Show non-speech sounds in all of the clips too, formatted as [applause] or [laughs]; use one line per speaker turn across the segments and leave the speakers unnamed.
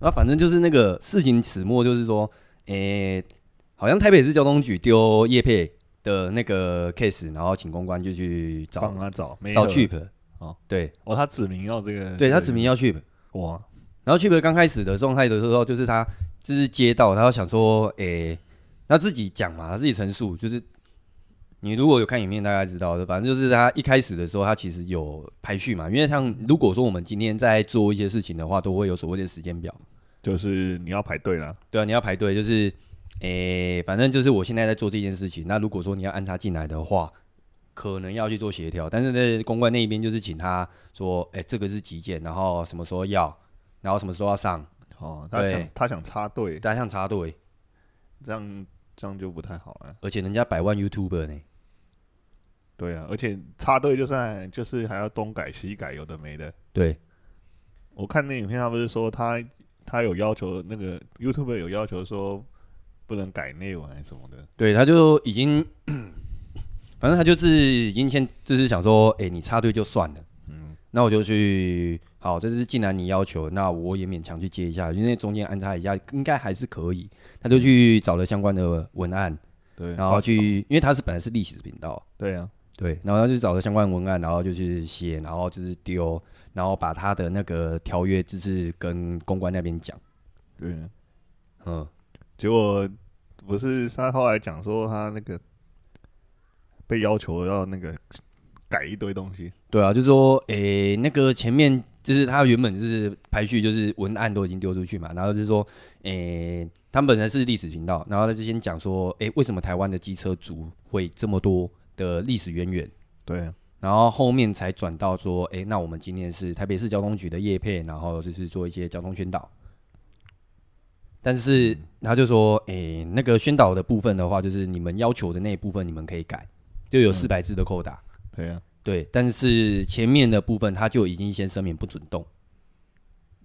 那反正就是那个事情始末，就是说，诶、好像台北市交通局丢叶配的那个 case，然后请公关就去找
帮他找没
找
了
cheap，
哦
对
哦，他指名要这个，
对，他指名要 cheap，
我
然后 cheap 刚开始的状态的时候，就是他就是接到，他想说，诶、他自己讲嘛，他自己陈述，就是你如果有看影片，大概知道的，反正就是他一开始的时候，他其实有排序嘛，因为像如果说我们今天在做一些事情的话，都会有所谓的时间表。
就是你要排队啦，
对啊，你要排队，就是，诶、反正就是我现在在做这件事情。那如果说你要安插进来的话，可能要去做协调，但是在公关那一边就是请他说，诶、这个是急件，然后什么时候要，然后什么时候要上，
哦，他
对
想他想插队，
大家像插队，
这样这样就不太好了。
而且人家百万 YouTuber 呢，
对啊，而且插队就算就是还要东改西改，有的没的。
对
我看那影片，他不是说他他有要求那个 YouTube 有要求说不能改内文还是什么的，
对，他就已经， [clears throat] 反正他就是已经先就是想说，诶、你插队就算了。
嗯，
那我就去，好，这是既然你要求，那我也勉强去接一下，因为中间安插一下，应该还是可以。他就去找了相关的文案，
对，
然后去，因为他是本来是历史频道，
对啊，
对，然后他就找了相关文案，然后就去写，然后就是丢，然后把他的那个条约就是跟公关那边讲，
对，啊
嗯，
结果不是他后来讲说他那个被要求要那个改一堆东西，
对啊，就是说，诶、那个前面就是他原本就是排序，就是文案都已经丢出去嘛，然后就是说，诶、他们本来是历史频道，然后他就先讲说，诶、为什么台湾的机车族会这么多的历史渊源，
对啊，
然后后面才转到说，诶、那我们今天是台北市交通局的业配，然后就是做一些交通宣导。但是他就说，诶、那个宣导的部分的话，就是你们要求的那一部分，你们可以改，就有四百字的扣打。
对啊，
对，但是前面的部分他就已经先声明不准动。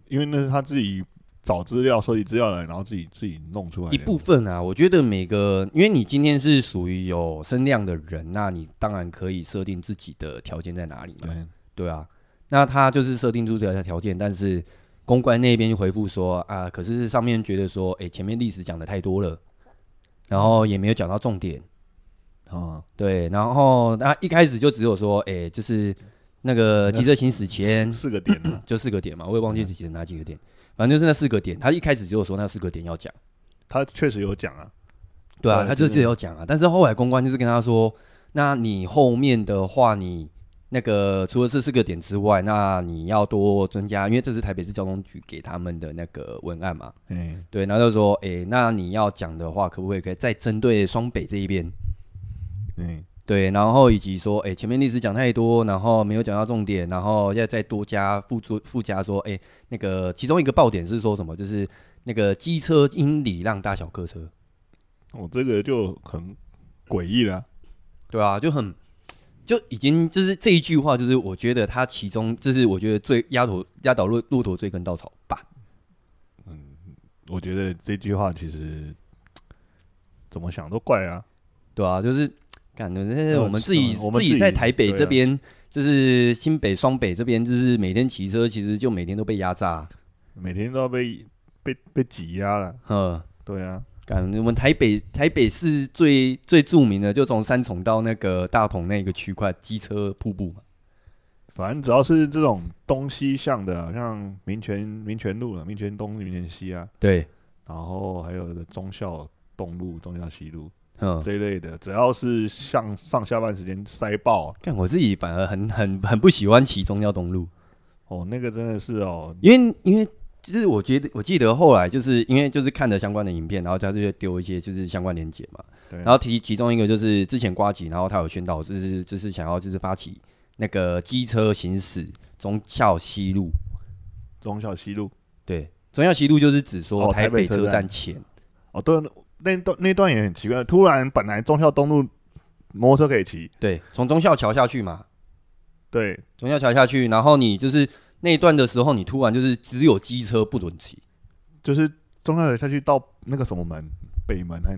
因为那是他自己找资料、收集资料来，然后自己自己弄出来的
一部分啊，我觉得每个，因为你今天是属于有声量的人，那你当然可以设定自己的条件在哪里嘛。
对，
对啊，那他就是设定出这条条件，但是公关那边回复说啊，可是上面觉得说，哎、前面历史讲的太多了，然后也没有讲到重点。
啊，
对，然后他一开始就只有说，哎、就是那个急着行驶前
四四个点
[laughs]
啊，
就四个点嘛，我也忘记自己的哪几个点，反正就是那四个点。他一开始就有说那四个点要讲，
他确实有讲啊，
对啊，
对
他就
真的
自己有讲啊。但是后来公关就是跟他说，那你后面的话，你那个除了这四个点之外，那你要多增加，因为这是台北市交通局给他们的那个文案嘛，
嗯，
对。然后就说，诶、那你要讲的话，可不可以可以再针对双北这一边？
嗯，
对，然后以及说，哎，前面历史讲太多，然后没有讲到重点，然后要再多加附注附加说，哎，那个其中一个爆点是说什么？就是那个机车应礼让大小客车，
我这个就很诡异了，
对啊，就很就已经就是这一句话，就是我觉得它其中就是我觉得最压头压倒骆骆驼最根稻草吧。
我觉得这句话其实怎么想都怪啊，
对啊，就是感觉
嗯
我们自己、
是我们
自
自己
在台北
对啊
这边，就是新北双北这边，就是每天骑车，其实就每天都被压榨，
每天都要被被被挤压了，
嗯。
对啊，
感我们台北台北市最最著名的，就从三重到那个大同那个区块，机车瀑布嘛。
反正只要是这种东西向的，像民权民权路啊、民权东、民权西啊，
对，
然后还有忠孝东路、忠孝西路
嗯，
这一类的，只要是像上下班时间塞爆
看我自己反而很很很不喜欢骑中交东路，
哦，那个真的是哦，
因为因为就是我觉得我记得后来就是因为就是看了相关的影片，然后他就会丢一些就是相关连结嘛，
对
然后提其中一个就是之前瓜吉，然后他有宣导就是就是想要就是发起那个机车行驶中校西路，
忠孝西路
对，中校西路就是指说
哦
台
台
北
北
车
车
站
站
前。
哦，对，那段那段也很奇怪，突然本来忠孝东路摩托车可以骑，
对，从忠孝桥下去嘛，
对
中校桥下去，然后你就是那一段的时候，你突然就是只有机车不准骑，
就是中山下去到那个什么门，北门还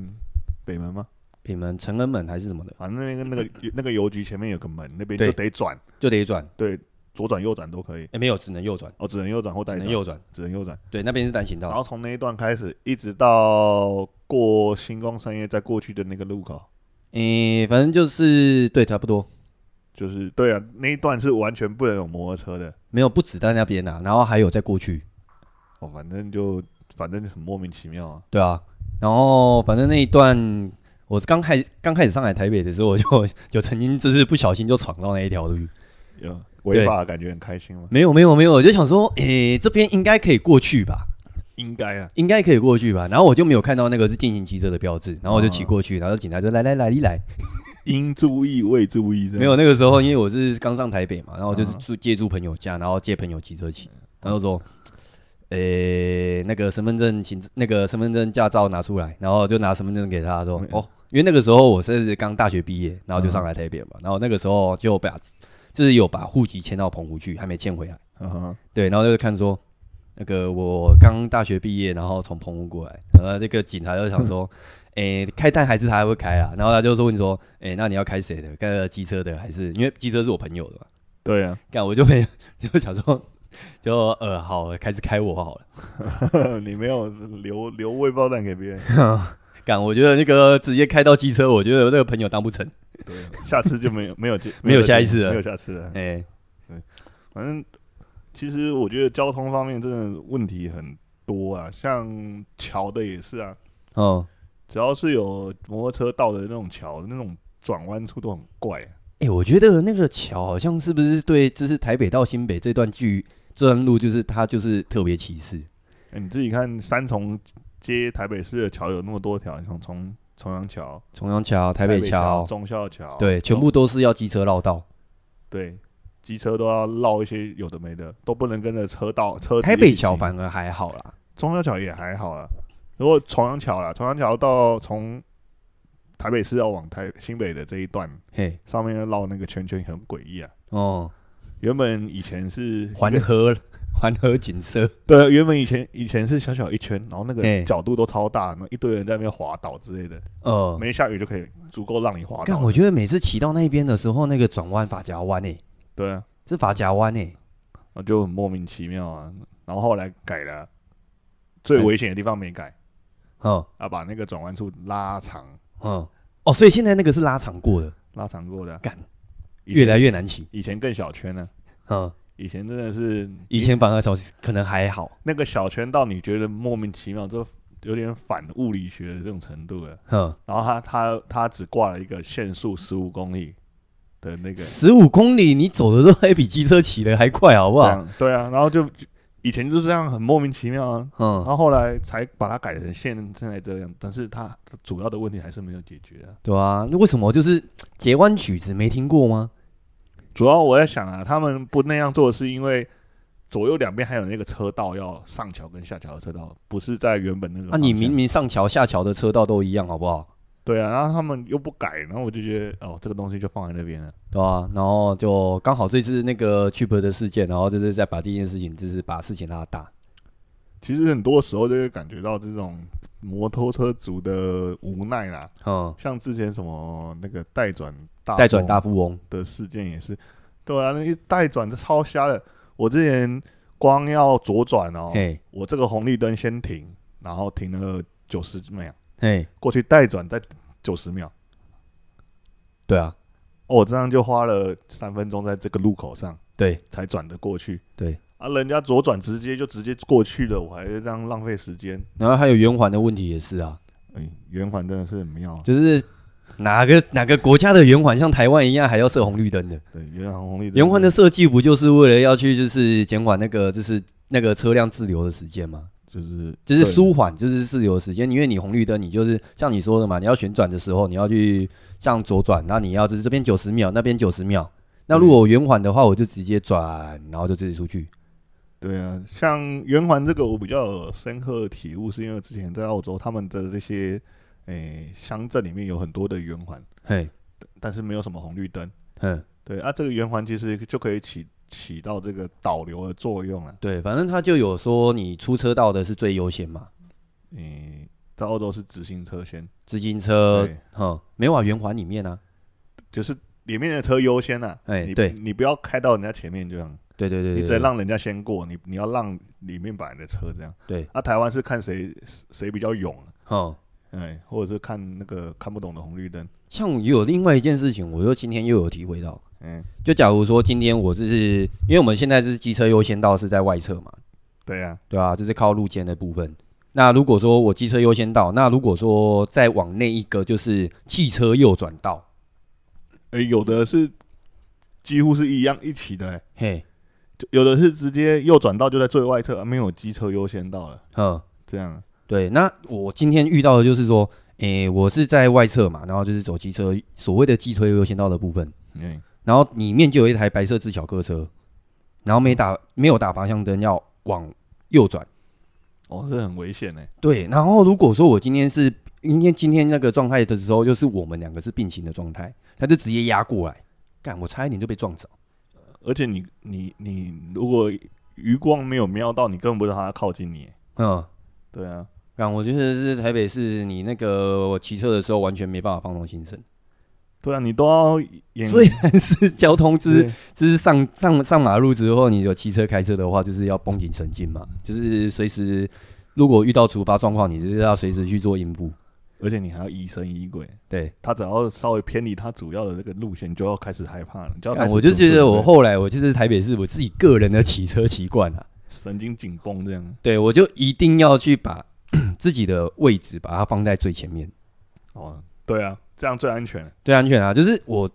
北门吗？
你们承恩门还是什么的，
反正那个那个那个邮局前面有个门，那边
对
就得转。
就得转。
对，左转右转都可以，
哎，没有，只能右转，
哦，只能右转或
只
带
能
转，
右哦转，
只能右转。
对，那边是单行
然
道，
后从那一段开始，一直到过星光三叶，再过去的那个路口，
诶，反正就是对，差不多，
就是对啊，那一段是完全不能有摩托车的。
没有不止在那边啊，然后还有再过去，
哦，反正就反正就很莫名其妙啊。
对啊，然后反正那一段我刚开刚开始上来台北的时候，我就 [laughs] 就曾经就是不小心就闯到那一条路，
有违法感觉很开心吗？
没有没有没有，我就想说，诶，这边应该可以过去吧，
[laughs] 应该啊，
应该可以过去吧，然后我就没有看到那个是进行骑车的标志，然后我就骑
哦
过去，然后警察就来来来一来，
应注意未注意这样 [laughs]
没有，那个时候，因为我是刚上台北嘛，然后我就是
嗯
住借住朋友家，然后借朋友骑车骑，然后说，诶、那个身份证行那个身份证驾照拿出来，然后就拿身份证给他说
嗯，
哦，因为那个时候我是刚大学毕业，然后就上来台北嘛，然后那个时候就把就是有把户籍迁到澎湖去，还没迁回来，
嗯哼，
对，然后就看说。那个我刚大学毕业，然后从澎湖过来，然后那个警察就想 [laughs] 说，诶、开单还是他会开啊？然后他就说问说，诶、那你要开谁的？开机车的还是因为机车是我朋友的嘛？
对啊， [laughs]
干我就没 [laughs] 就想说，就呃好，开始开我好了。
你没有留留未爆弹给别人，
干我觉得那个直接开到机车，我觉得那个朋友当不成。
对，啊下次就没有没有这
没有
这
下一次了
没有下次了。
诶、
反正其实我觉得交通方面真的问题很多啊，像桥的也是啊，
哦、
只要是有摩托车道的那种桥，那种转弯处都很怪、啊。
诶、我觉得那个桥好像是不是对，就是台北到新北这段距这段路，就是它就是特别歧视。
哎你自己看，三重接台北市的桥有那么多条，从从重阳桥、
重阳桥、台
北
北桥，
忠孝桥，
对，全部都是要机车绕道。
对，机车都要绕一些有的没的，都不能跟着车道车。
台北桥，反而还好啦。
中央桥也还好啦。如果重阳桥啦，重阳桥到从台北市要往台新北的这一段
嘿，
上面要绕那个圈圈很诡异啊。
哦，
原本以前是
环河 [laughs] 环河景色，
对，啊原本以前以前是小小一圈，然后那个
嘿
角度都超大，然后一堆人在那边滑倒之类的，
呃，
没下雨就可以足够让你滑
干，
倒。
我觉得每次骑到那边的时候，那个转弯法夹弯诶，
对啊，
是法夹弯欸诶。
然后就很莫名其妙啊。然后后来改了，最
哎
危险的地方没改
哦，
啊，把那个转弯处拉长。
嗯，哦，所以现在那个是拉长过的，
拉长过的啊、
干
以前
越来越难骑。
以前更小圈呢、
嗯，
以前真的是
以前反而小可能还好。
那个小圈到你觉得莫名其妙，就有点反物理学的这种程度了。
嗯，
然后他他他只挂了一个限速十五公里的那个，
十五公里你走的都还比机车骑的还快，好不
这
好？
样对啊，然后就就以前就是这样很莫名其妙啊。然
嗯，
后后来才把它改成现在这样，但是它主要的问题还是没有解决啊。
对啊，那为什么就是截弯曲子没听过吗？
主要我在想啊，他们不那样做是因为左右两边还有那个车道要上桥跟下桥的车道，不是在原本那个
啊，
方向。
你明明上桥下桥的车道都一样，好不好？
对啊，然后他们又不改，然后我就觉得哦，这个东西就放在那边了。
对啊，然后就刚好这次那个 Chip 的事件，然后就是再把这件事情，就是把事情拉大。
其实很多时候就会感觉到这种摩托车族的无奈啦，
嗯，
像之前什么那个代转大
代转大富翁，
的事件也是，对啊，那一代转这超瞎的。我之前光要左转哦，
嘿，
我这个红绿灯先停，然后停了九十秒，
嘿，
过去代转再九十秒，
对啊，
哦，我这样就花了三分钟在这个路口上
对
才转得过去。
对。
啊，人家左转直接就直接过去了，我还这样浪费时间。
然后还有圆环的问题也是啊，
哎、圆环真的是很妙啊，
就是哪个哪个国家的圆环像台湾一样还要设红绿灯的？
对，圆环红绿灯
圆环的设计不就是为了要去就是减缓那个就是那个车辆滞留的时间吗？
就是
就是
对
舒缓就是滞留的时间，因为你红绿灯，你就是像你说的嘛，你要旋转的时候你要去向左转，那你要就是这边九十秒，那边九十秒。那如果我圆环的话，我就直接转，然后就直接出去。
对啊，像圆环这个我比较有深刻的体悟，是因为之前在澳洲，他们的这些诶乡镇里面有很多的圆环，
嘿，
但是没有什么红绿灯。
嗯，
对啊，这个圆环其实就可以起起到这个导流的作用啊了。
对，反正他就有说你出车道的是最优先嘛，
嗯，在澳洲是直行车先，
自行车
对，
哼，没有往圆环里面啊。
就是里面的车优先啊，
哎
你
对
你不要开到人家前面这样，
对对对，
你
对
只能让人家先过，你你要让里面把人的车这样。
对，
啊，台湾是看谁谁比较勇、啊，
哦。
哎，或者是看那个看不懂的红绿灯，
像也有另外一件事情，我说今天又有体会到，
嗯，
就假如说今天我就是因为我们现在是机车优先道是在外侧嘛，
对呀、
对啊，就是靠路肩的部分。那如果说我机车优先道，那如果说再往内一个就是汽车右转道，
哎，有的是几乎是一样一起的、哎
嘿，
就有的是直接右转道就在最外侧，啊没有机车优先道了，
嗯，
这样啊
对。那我今天遇到的就是说，诶、我是在外侧嘛，然后就是走机车所谓的机车优先道的部分，
嗯，
然后里面就有一台白色自小客车，然后没打没有打方向灯，要往右转。
哦，这很危险哎、
对，然后如果说我今天是今天今天那个状态的时候，就是我们两个是并行的状态，他就直接压过来，干我差一点就被撞着。
而且你你你如果余光没有瞄到，你根本不知道他靠近你、哎
嗯，
对啊，
干我就是是台北市，你那个我骑车的时候完全没办法放松心神，
对啊，你都要演，
虽然是 [laughs] 交通之
嗯对
之上上上马路之后，你有骑车开车的话，就是要绷紧神经嘛，就是随时如果遇到突发状况，你就是要随时去做应付。
而且你还要疑神疑鬼。
对，
他只要稍微偏离他主要的那个路线，你就要开始害怕了。你就要开
干
始
我就觉得
准备
我后来我就是台北市我自己个人的骑车习惯啊。
神经紧绷这样。
对，我就一定要去把 [clears throat] 自己的位置把它放在最前面，
哦，对啊，这样最安全。
最安全啊！就是我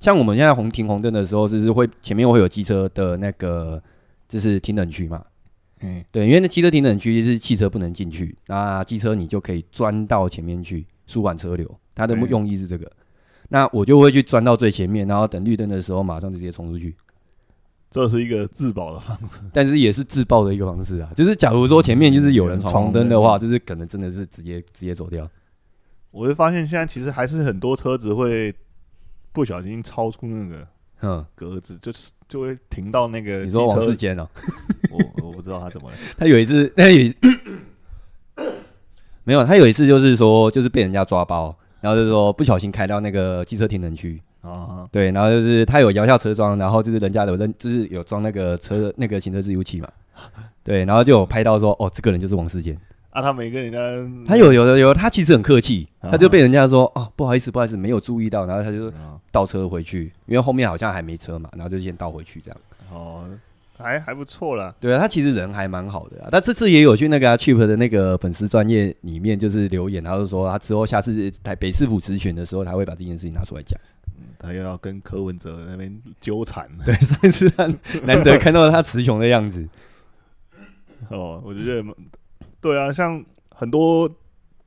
像我们现在红停红灯的时候，就是会前面会有机车的那个就是停等区嘛，
嗯，
对，因为那机车停等区就是汽车不能进去，那机车你就可以钻到前面去舒缓车流，它的
对
用意是这个。那我就会去钻到最前面，然后等绿灯的时候马上直接冲出去，
这是一个自保的方式。
但是也是自爆的一个方式啊。就是假如说前面就是有人闯红灯的话，就是可能真的是直接直接走掉。
我会发现现在其实还是很多车子会不小心超出那个
嗯，
格子，就是就会停到那个
你
机
说王世
车。
坚哦，
我我不知道他怎么了。
他有一次， [coughs] 他有一没有，他有一次就是说，就是被人家抓包，然后就是说不小心开到那个机车停能区，
啊，
对，然后就是他有摇下车窗，然后就是人家有认，就是有装那个车那个行车记录器嘛，对，然后就有拍到说，哦，这个人就是王世坚，
啊，他没跟人家，
他有有的有，他其实很客气，
啊
他就被人家说，哦，不好意思，不好意思，没有注意到，然后他就
啊
倒车回去，因为后面好像还没车嘛，然后就先倒回去这样。
哦，还还不错啦。
对啊，他其实人还蛮好的啊。但这次也有去那个、啊、Cheap 的那个粉丝专业里面，就是留言，他就说他之后下次台北市府咨询的时候，他会把这件事情拿出来讲。
他又要跟柯文哲那边纠缠。
[laughs] 对，上一次他难得看到他词穷的样子。
[laughs] 哦，我就觉得蛮，对啊，像很多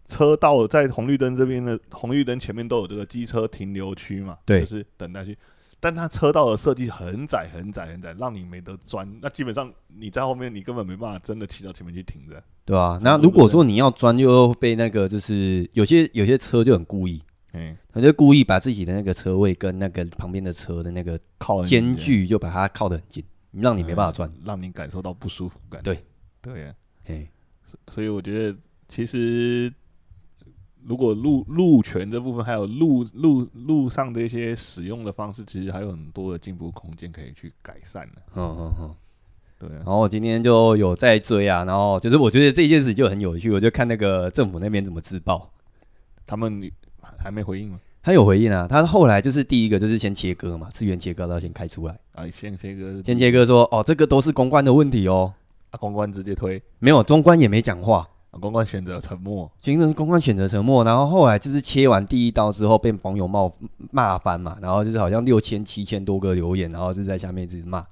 车道在红绿灯这边的红绿灯前面都有这个机车停留区嘛，
对
就是等待区。但它车道的设计很窄很窄很窄，让你没得钻。那基本上你在后面，你根本没办法真的骑到前面去停着。
对 [laughs] 啊，那如果说你要钻，又被那个就是有些有些车就很故意，
嗯，
他就故意把自己的那个车位跟那个旁边的哦车的那个
靠很
间
近
距就把它靠得很近，让你没办法钻。
嗯让你感受到不舒服感。
对，
对啊。
嘿，
所以我觉得，其实如果路路权这部分，还有路路路上的一些使用的方式，其实还有很多的进步空间可以去改善的。
嗯嗯嗯。
对啊
然，后我今天就有在追啊，然后就是我觉得这件事就很有趣，我就看那个政府那边怎么自爆。
他们还还没回应吗？
他有回应啊，他后来就是第一个就是先切割嘛，资源切割，然后先开出来，
啊，先切个
先切割说哦，这个都是公关的问题哦，
啊，公关直接推，
没有中官也没讲话，
啊、公关选择沉默。
哦行政公关选择沉默，然后后来就是切完第一刀之后被网友骂骂翻嘛，然后就是好像六千七千多个留言，然后就在下面一直骂，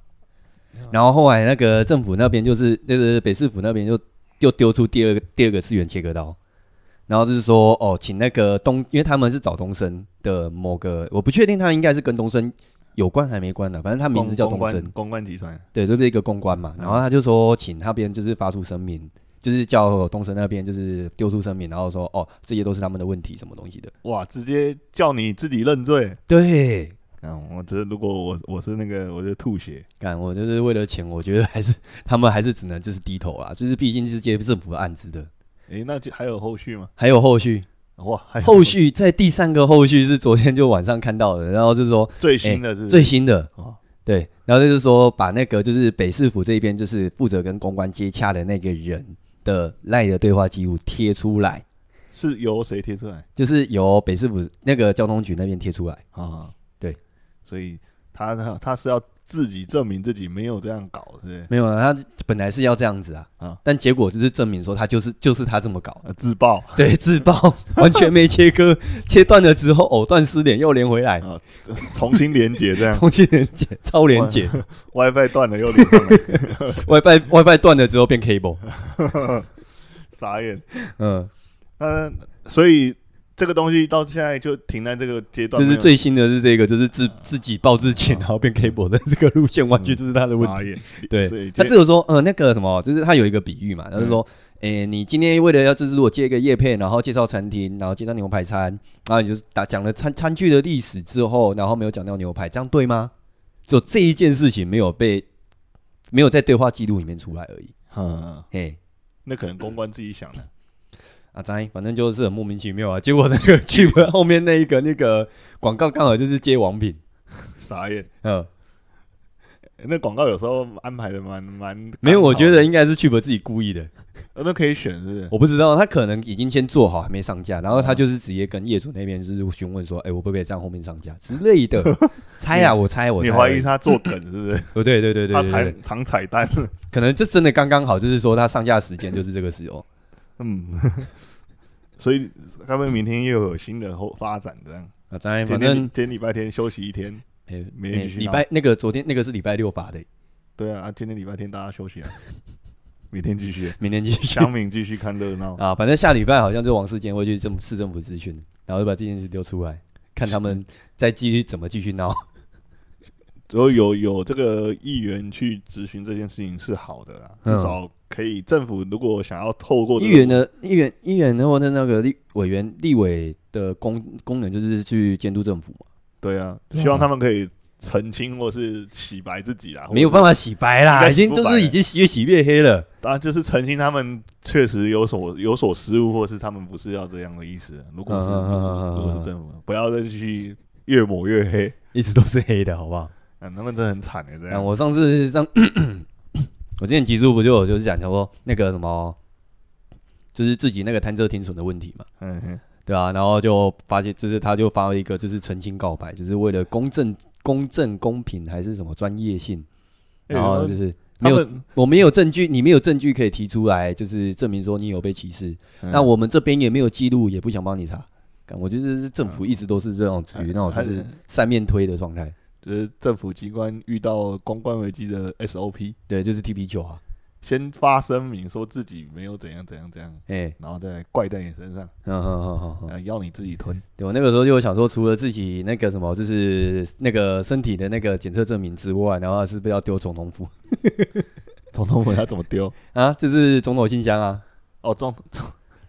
然后后来那个政府那边就是那个北市府那边就又丢出第二个第二个次元切割刀，然后就是说哦，请那个东，因为他们是找东升的某个，我不确定他应该是跟东升有关还没关的，反正他名字叫
公
东
关
升，
公关集团。
对，就是一个公关嘛，
嗯
然后他就说，请那边就是发出声明，就是叫东升那边就是丢出声明，然后说哦，这些都是他们的问题，什么东西的。
哇，直接叫你自己认罪。
对，
啊，我这如果我我是那个，我就吐血。
干我就是为了钱，我觉得还是他们还是只能就是低头啊，就是毕竟是接政府的案子的，
诶、那就还有后续吗？
还有后续。
哇，还有
后续在第三个后续是昨天就晚上看到的，然后就是说
最新的是不是
最新的
哦，
对，然后就是说把那个就是北市府这边就是负责跟公关接洽的那个人的赖的对话记录贴出来，
是由谁贴出来
就是由北市府那个交通局那边贴出来。
啊？
对，
所以他他他是要自己证明自己没有这样搞，是不是？
没有啊，他本来是要这样子啊，
啊
但结果就是证明说他就是就是他这么搞，
呃，自爆
对，自
[laughs]
爆完全没切割，切断了之后藕断丝连又连回来，
啊重新连接
[laughs]
这样
重新连接超连接
，WiFi 断了又连上来，
，WiFi WiFi 断了之后变 cable，
[laughs] 傻眼。
嗯，
嗯，所以这个东西到现在就停在这个阶
就
段，没
是
有
最新的是这个，就是自自己爆自己，然后变 cable 的这个路线，完全就是他的问题。
傻眼。
对
所以
他
这
只有说，呃，那个什么，就是他有一个比喻嘛，他是说，诶、你今天为了要就是如果接一个叶片，然后介绍餐厅，然后介绍牛排餐，然后你就是打讲了餐餐具的历史之后，然后没有讲到牛排，这样对吗？就这一件事情没有被没有在对话记录里面出来而已。
嗯，
嘿，
那可能公关自己想的。
啊，咱反正就是很莫名其妙啊。结果那个 [laughs] 剧本后面那一个那个广告刚好就是接王品，
傻眼。
嗯，
欸那广告有时候安排的蛮蛮
没有，我觉得
刚
应该是剧本自己故意的。
好的呃那可以选，是不 [laughs] 是？
我不知道，他可能已经先做好，还没上架，然后他就是直接跟业主那边就是询问说，哎、我会不会在后面上架之类
[laughs]
的，猜啊，我猜，我猜
你
而已，
怀疑他做梗是不是？
哦？对对对对
他
对
踩
对，
藏彩蛋？
可能这真的刚刚好，就是说他上架时间就是这个时候，
嗯， [laughs] 所以他们明天又有新的后发展，这样。
啊，当然
今
反
天
正
今天礼拜天休息一天，啊
哎
没
哎
人去
礼
闹
拜那个昨天那个是礼拜六发的，
对啊，啊今天礼拜天大家休
[laughs]
息啊，明天继续，啊
明天继续
乡民继续看热闹。
啊，反正下礼拜好像就王世坚会去政府市政府咨询，然后就把这件事丢出来，看他们再继续怎么继续
[laughs]
闹，
然后有有这个议员去咨询这件事情是好的啦，
嗯
至少可以政府如果想要透过这
议
个
员的议员议员或者那个立委员立委的功功能就是去监督政府嘛，
对啊，
对啊
希望他们可以澄清或是洗白自己啦，啊
没有办
法，
法洗白啦，
应该
已
洗
经
不
就
白
是
了
已经越洗越黑了。
当然啊就是澄清他们确实有所有所失误，或是他们不是要这样的意思。啊如果是
嗯嗯嗯嗯嗯嗯
如果是政府，不要再去越抹越黑，
一直都是黑的，好不好？
啊，他们真的很惨的这
啊，
样。
我上次上， [coughs] 我之前集数不就有就是讲说那个什么，就是自己那个贪车停损的问题嘛，
嗯哼，
对啊，然后就发现就是他就发了一个就是澄清告白，就是为了公正、公正、公平还是什么专业性，[laughs]
哎
然后
我
就是没
哎他
有
们
我没有证据，你没有证据可以提出来，就是证明说你有被歧视。
嗯
那我们这边也没有记录，也不想帮你查。干我觉得这是政府一直都是这种处于那种
嗯还
就是三面推的状态，
就是政府机关遇到公关危机的 SOP，
对，就是踢皮球啊，
先发声明说自己没有怎样怎样怎样，
哎，
然后再怪在你身上，
嗯哼哼哼哼，
啊，要你自己吞。
对我那个时候就想说，除了自己那个什么，就是那个身体的那个检测证明之外，然后是不是要丢总统府
总统问他怎么丢？
啊？就是总统信箱啊，
哦，总总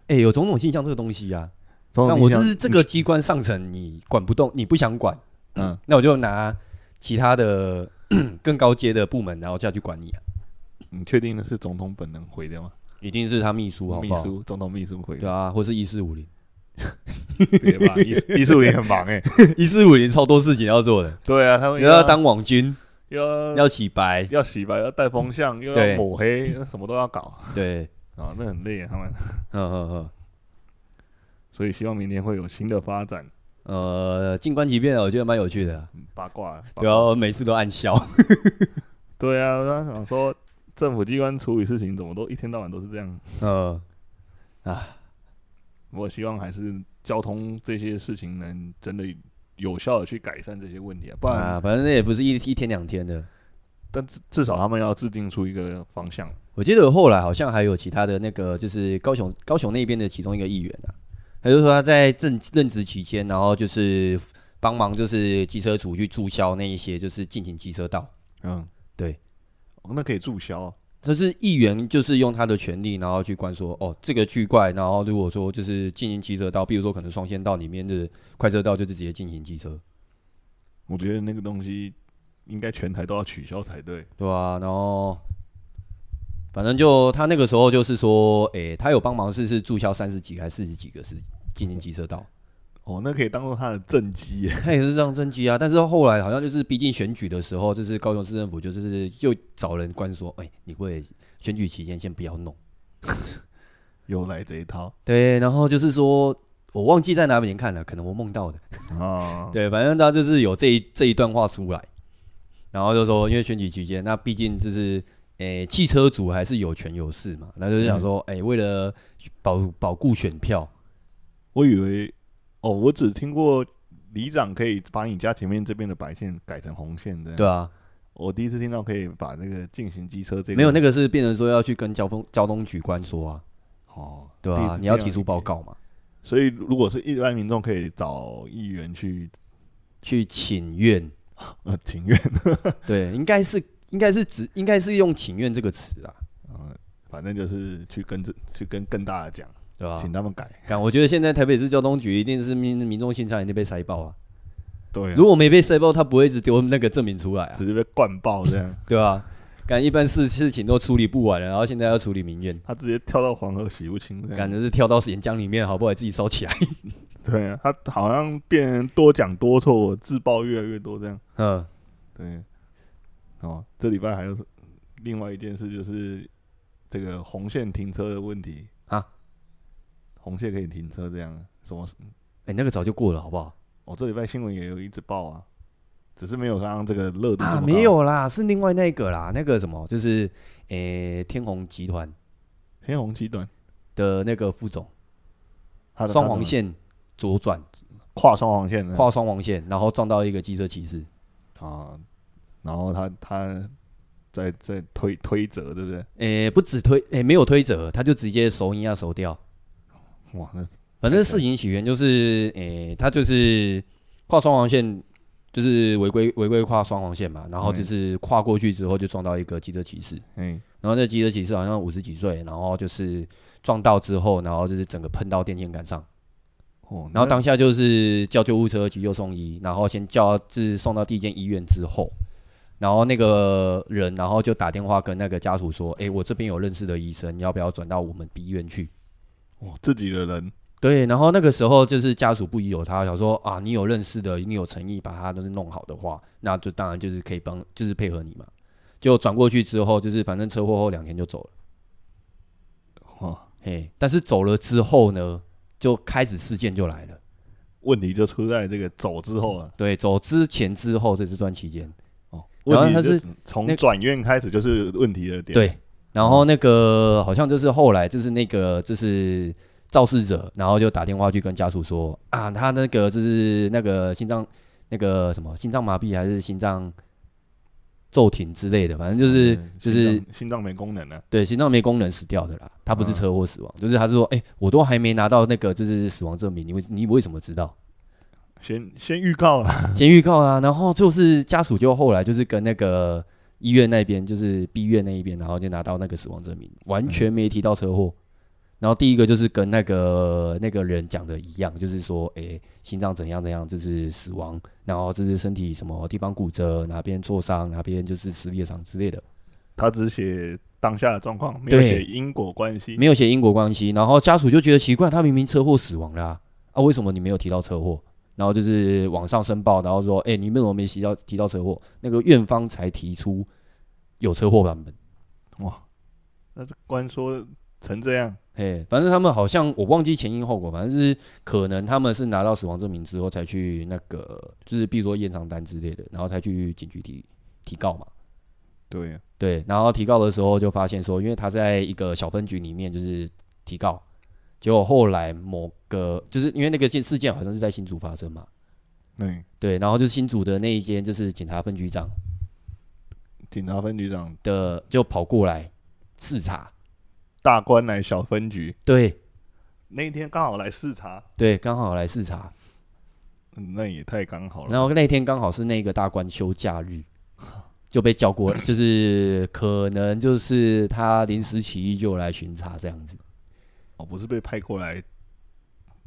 哎，有总统信箱这个东西啊，
总
但
统
我
你
这
想
是这个机关上层你管不动，你不想管，
嗯，
那我就拿其他的 [clears throat] 更高阶的部门，然后下去管你啊，
你确定是总统本人回的吗？
一定是他秘书，好
秘
不好？
书，总统秘书回
对
的，
啊，或是一四五零，
别吧？艺艺术也很忙哎、
[laughs] 一四五零超多事情要做的，
对啊，他们
又要当网军，
又要
要洗白，
要洗白，要带风向，又
对
要抹黑，什么都要搞啊、
对，
哦那很累啊，他们。
呵呵呵，
所以希望明天会有新的发展，
呃，静观其变啊，我觉得蛮有趣的啊，
嗯八卦啊。八
对
卦
啊，我每次都暗笑， [laughs]
对啊，我刚想说，政府机关处理事情怎么都一天到晚都是这样。
嗯，
我希望还是交通这些事情能真的有效的去改善这些问题啊，不然、
啊，反正那也不是一一天两天的。
但至至少他们要制定出一个方向。
我记得后来好像还有其他的那个，就是高雄高雄那边的其中一个议员啊，他就说他在任任职期间，然后就是帮忙就是机车组去注销那一些就是进行机车道，
嗯，
对
哦，那可以注销啊。
就是议员就是用他的权利，然后去关说哦这个巨怪，然后如果说就是进行机车道，比如说可能双线道里面的快车道就是直接进行机车，
我觉得那个东西应该全台都要取消才对。
对啊，然后反正就他那个时候就是说，诶、他有帮忙是是注销三十几个还是四十几个是进行骑车道， [laughs]
哦，那可以当做他的政绩耶。 [laughs]
他也是这样政绩啊。但是后来好像就是逼近选举的时候，就是高雄市政府就是又找人官说，哎、你会选举期间先不要弄。
又来这一套
对，然后就是说我忘记在哪边看了，可能我梦到的。
啊！
对，反正他就是有这一这一段话出来，然后就说，因为选举期间，那毕竟就是，诶、汽车组还是有权有势嘛，那就是想说，
嗯
诶、为了保保固选票，
我以为哦，我只听过里长可以把你家前面这边的白线改成红线的。
对啊，
我第一次听到可以把那个进行机车这个
没有那个是变成说要去跟交通交通局官说啊，
哦，
对
第一
啊
次，
你要
听到
提出
可以
报。告嘛，
所以如果是一般民众，可以找议员去
去请愿，
呃请愿， [laughs]
对，应该是应该是指应该是用请愿这个词啊，
呃，反正就是去跟这去跟更大的讲，
对吧、
请他们改。
看，我觉得现在台北市交通局一定是民民众信差已经被塞爆啊，
对啊，
如果没被塞爆，他不会一直丢那个证明出来啊。
直接被灌爆这样，
对啊，感觉一般事事情都处理不完了，然后现在要处理民怨，
他直接跳到黄河洗不清这
感
样。
觉是跳到岩浆里面，好不好？自己烧起来。 [laughs]
对啊，他好像变多讲多错，自爆越来越多这样。
嗯，
对，哦，这礼拜还有另外一件事，就是这个红线停车的问题
啊，
红线可以停车这样，啊什么？
哎、那个早就过了，好不好？
哦，这礼拜新闻也有一直报啊，只是没有刚刚这个热度这
啊，
么高
没有啦，是另外那个啦，那个什么，就是诶、天虹集团
天虹集团，
的那个副总，
它的
双
它怎
黄
么
线左转，
跨双黄线的
跨双黄线，然后撞到一个机车骑士。
啊，然后他他在在推推责，对不对？
诶、不止推，诶、没有推责，他就直接手一下手掉。
哇，那
反正事情起源就是，诶、他就是跨双黄线，就是违规违规跨双黄线嘛，然后就是跨过去之后就撞到一个机车骑士，
哎
然后那机车骑士好像五十几岁，然后就是撞到之后，然后就是整个喷到电线杆上，
哦，
然后
那
当下就是叫救护车急救送医，然后先叫至送到第一间医院之后。然后那个人，然后就打电话跟那个家属说：“诶，我这边有认识的医生，你要不要转到我们 B 院去？”
哦自己的人
对，然后那个时候就是家属不疑有他，想说啊，你有认识的，你有诚意把他都是弄好的话，那就当然就是可以帮，就是配合你嘛。就转过去之后，就是反正车祸后两天就走了，
哦，
嘿。但是走了之后呢，就开始事件就来了。
问题就出在这个走之后了。
对，走之前之后这这段期间，
哦，
然后
问题
他
就是从
那
转院开始就是问题的点。，
对，然后那个好像就是后来就是那个就是肇事者，然后就打电话去跟家属说啊，他那个就是那个心脏那个什么心脏麻痹还是心脏骤停之类的，反正就是、
嗯
就是
心脏心脏没功能啊了。
对心脏没功能死掉的啦，他不是
嗯
车祸死亡，就是他是说，哎、我都还没拿到那个就是死亡证明，你为你为什么知道？
先先预告了，
先预告啊，然后就是家属就后来就是跟那个。医院那边就是 B 院那一边，然后就拿到那个死亡证明，完全没提到车祸。然后第一个就是跟那个那个人讲的一样，就是说，诶、心脏怎样怎样，就是死亡，然后这是身体什么地方骨折，哪边挫伤，哪边就是撕裂伤之类的，
他只写当下的状况，没有
对
写因果关系。
没有写因果关系。然后家属就觉得奇怪，他明明车祸死亡啦、啊，为什么你没有提到车祸？然后就是网上申报，然后说，诶、你为什么没提到提到车祸？那个院方才提出有车祸版本。
哇，那这官说成这样，
嘿，反正他们好像我忘记前因后果，反正就是可能他们是拿到死亡证明之后才去那个，就是比如说验伤单之类的，然后才去警局提提告嘛。
对啊，
对，然后提告的时候就发现说，因为他在一个小分局里面就是提告，结果后来某个就是因为那个件事件好像是在新竹发生嘛，
对，
对，然后就是新竹的那一间就是警察分局长
警察分局长
的就跑过来视察，
大官来小分局
对
那一天刚好来视察，
对，刚好来视察，
嗯那也太刚好了。
然后那天刚好是那个大官休假日，就被叫过来，就是可能就是他临时起意就来巡查这样子。
哦，不是被派过来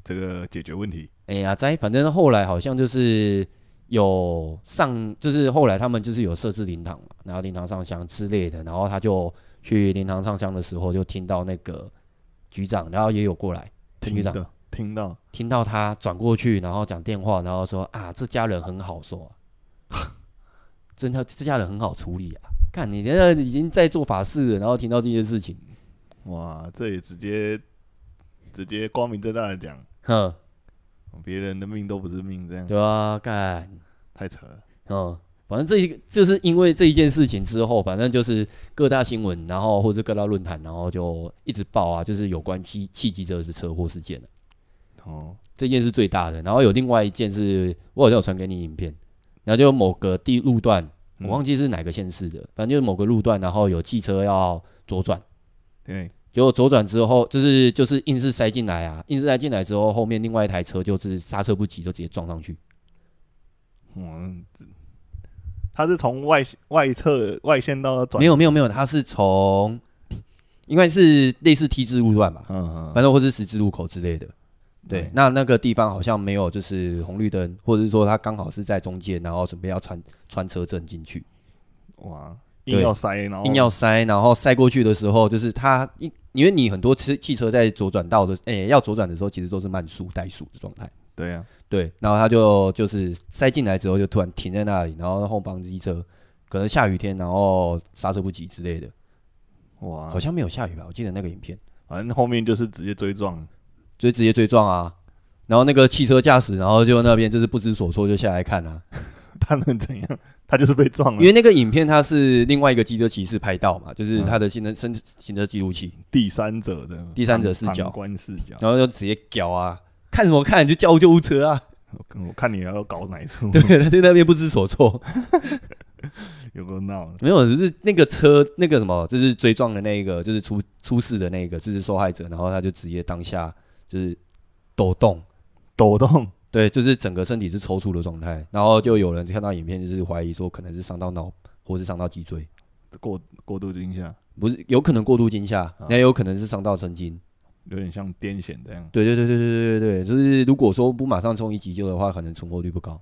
这个解决问题，
哎呀，在反正后来好像就是有上，就是后来他们就是有设置灵堂嘛，然后灵堂上香之类的，然后他就去灵堂上香的时候就听到那个局长，然后也有过来，
听
局长
的听到
听到他转过去，然后讲电话，然后说啊，这家人很好说、啊， [laughs] 真的这家人很好处理啊。看你那个已经在做法事了，然后听到这件事情，
哇，这也直接直接光明正大的讲，
哼，
别人的命都不是命，这样
对啊，干，
太扯了。
嗯，反正这一个就是因为这一件事情之后，反正就是各大新闻，然后或者各大论坛，然后就一直报啊，就是有关汽汽机车是车祸事件的、
哦，
这件是最大的。然后有另外一件是我好像有传给你影片，然后就某个地路段，我
嗯
忘记是哪个县市的，反正就是某个路段，然后有汽车要左转。
对，
结果左转之后，就是就是硬是塞进来啊，硬是塞进来之后，后面另外一台车就是刹车不及，就直接撞上去。
嗯，他是从外外侧外线到转，
没有没有没有，他是从，应该是类似 T 字路段吧，
嗯，嗯，嗯
反正或是十字路口之类的。对，那那个地方好像没有就是红绿灯，或者是说他刚好是在中间，然后准备要穿穿车阵进去，
哇，
对
硬要塞，然后
硬要塞，然后塞过去的时候，就是他因因为你很多汽汽车在左转道的，诶、要左转的时候其实都是慢速怠速的状态。
对啊呀、
对，然后他就就是塞进来之后，就突然停在那里，然后后方机车可能下雨天，然后刹车不及之类的，
哇
好，像没有下雨吧？我记得那个影片，
反正后面就是直接追撞，
就直接追撞啊。然后那个汽车驾驶，然后就那边就是不知所措，就下来看啊。
他能怎样？他就是被撞
因
了，
为那个影片它是另外一个机车骑士拍到嘛，就是他的行车身行车记录器，
第三者的
第三者视角
旁观视角。
然后就直接屌啊，看什么看，就叫救护车啊！ [laughs]
我看我看你要搞哪一出，
对，他就在那边不知所措。
有个闹的，
没有，就是那个车那个什么，就是追撞的那一个，就是出出事的那一个，就是受害者，然后他就直接当下就是抖动，
抖动，
对，就是整个身体是抽搐的状态，然后就有人看到影片，就是怀疑说可能是伤到脑或是伤到脊椎，
过过度惊吓，
不是有可能过度惊吓，
啊
那也有可能是伤到神经。
有点像癫痫这样。
对对对对对对对，就是如果说不马上送医急救的话，可能存活率不高。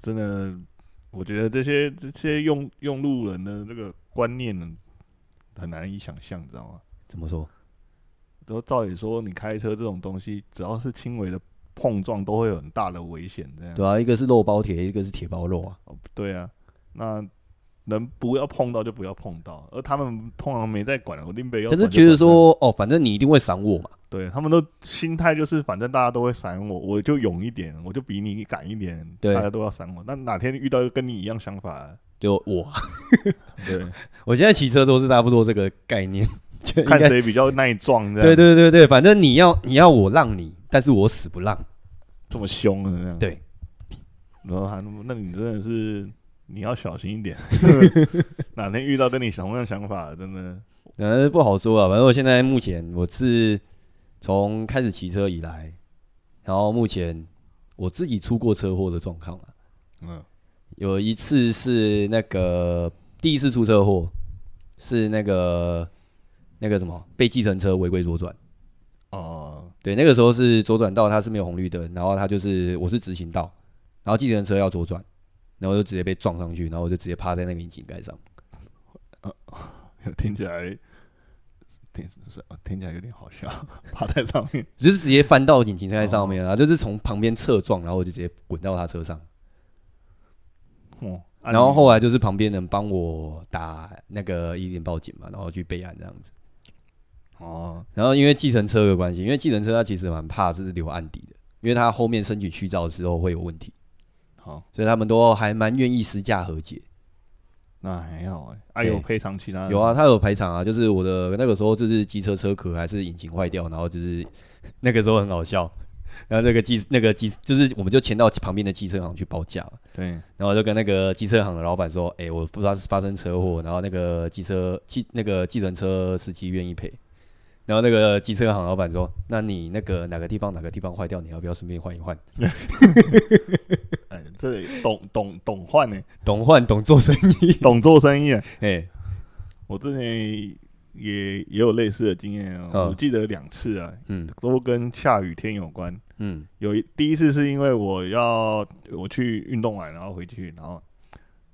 真的，我觉得这些这些用用路人的这个观念很难以想象，你知道吗？
怎么说？
都照理说，你开车这种东西，只要是轻微的碰撞，都会有很大的危险。这样
对啊，一个是肉包铁，一个是铁包肉啊。
哦对啊，那能不要碰到就不要碰到，而他们通常没在管，我林北要
可
管
是
就
觉得
管他，
说，哦，反正你一定会闪我嘛。
对他们都心态就是，反正大家都会闪我，我就勇一点，我就比你敢一点，
对
大家都要闪我。那哪天遇到跟你一样想法的，
就我， [laughs]
对，
我现在骑车都是差不多这个概念， [laughs] 就应
看
该
谁比较耐撞，这样
对对对对，反正你要你要我让你，但是我死不让。
这么凶的这样。
对，
然后他那那你真的是你要小
[laughs]
心一点，哪天遇到跟你同样想法的，真的
呃，不好说啊，反正我现在目前我是从开始骑车以来，然后目前我自己出过车祸的状况啊，
嗯，
有一次是那个第一次出车祸，是那个那个什么被计程车违规左转。
哦、
对，那个时候是左转道，它是没有红绿灯，然后它就是我是直行道，然后计程车要左转，然后就直接被撞上去，然后我就直接趴在那个引擎盖上。
听起来听是听起来有点好笑， [laughs] 趴在上面，
就是直接翻到引擎盖上面啊，就是从旁边侧撞，然后我就直接滚到他车上。
哦，啊
然后
你
后来就是旁边人帮我打那个一零报警嘛，然后去备案这样子。
哦，
然后因为计程车有关系，因为计程车它其实蛮怕是留案底的，因为它后面申请续照的时候会有问题，
好，
所以他们都还蛮愿意施价和解。
那还好哎、啊
对
有赔偿其他的
有啊，，他有赔偿啊，就是我的那个时候就是机车车壳还是引擎坏掉，然后就是 [laughs] 那个时候很好笑，然后那个机那个机就是我们就签到旁边的机车行去报价嘛，
对，
然后就跟那个机车行的老板说，哎、我不知道是发生车祸，然后那个机车汽那个计程车司机愿意赔，然后那个机车行老板说，那你那个哪个地方哪个地方坏掉，你要不要顺便换一换？
哎、这里懂懂懂
[laughs]
换呢、
懂换懂做生意，
懂做生意、欸，
哎、
我之前也也有类似的经验哦、
嗯
我记得两次啊，
嗯
都跟下雨天有关。
嗯
有一第一次是因为我要呃我去运动完，然后回去，然后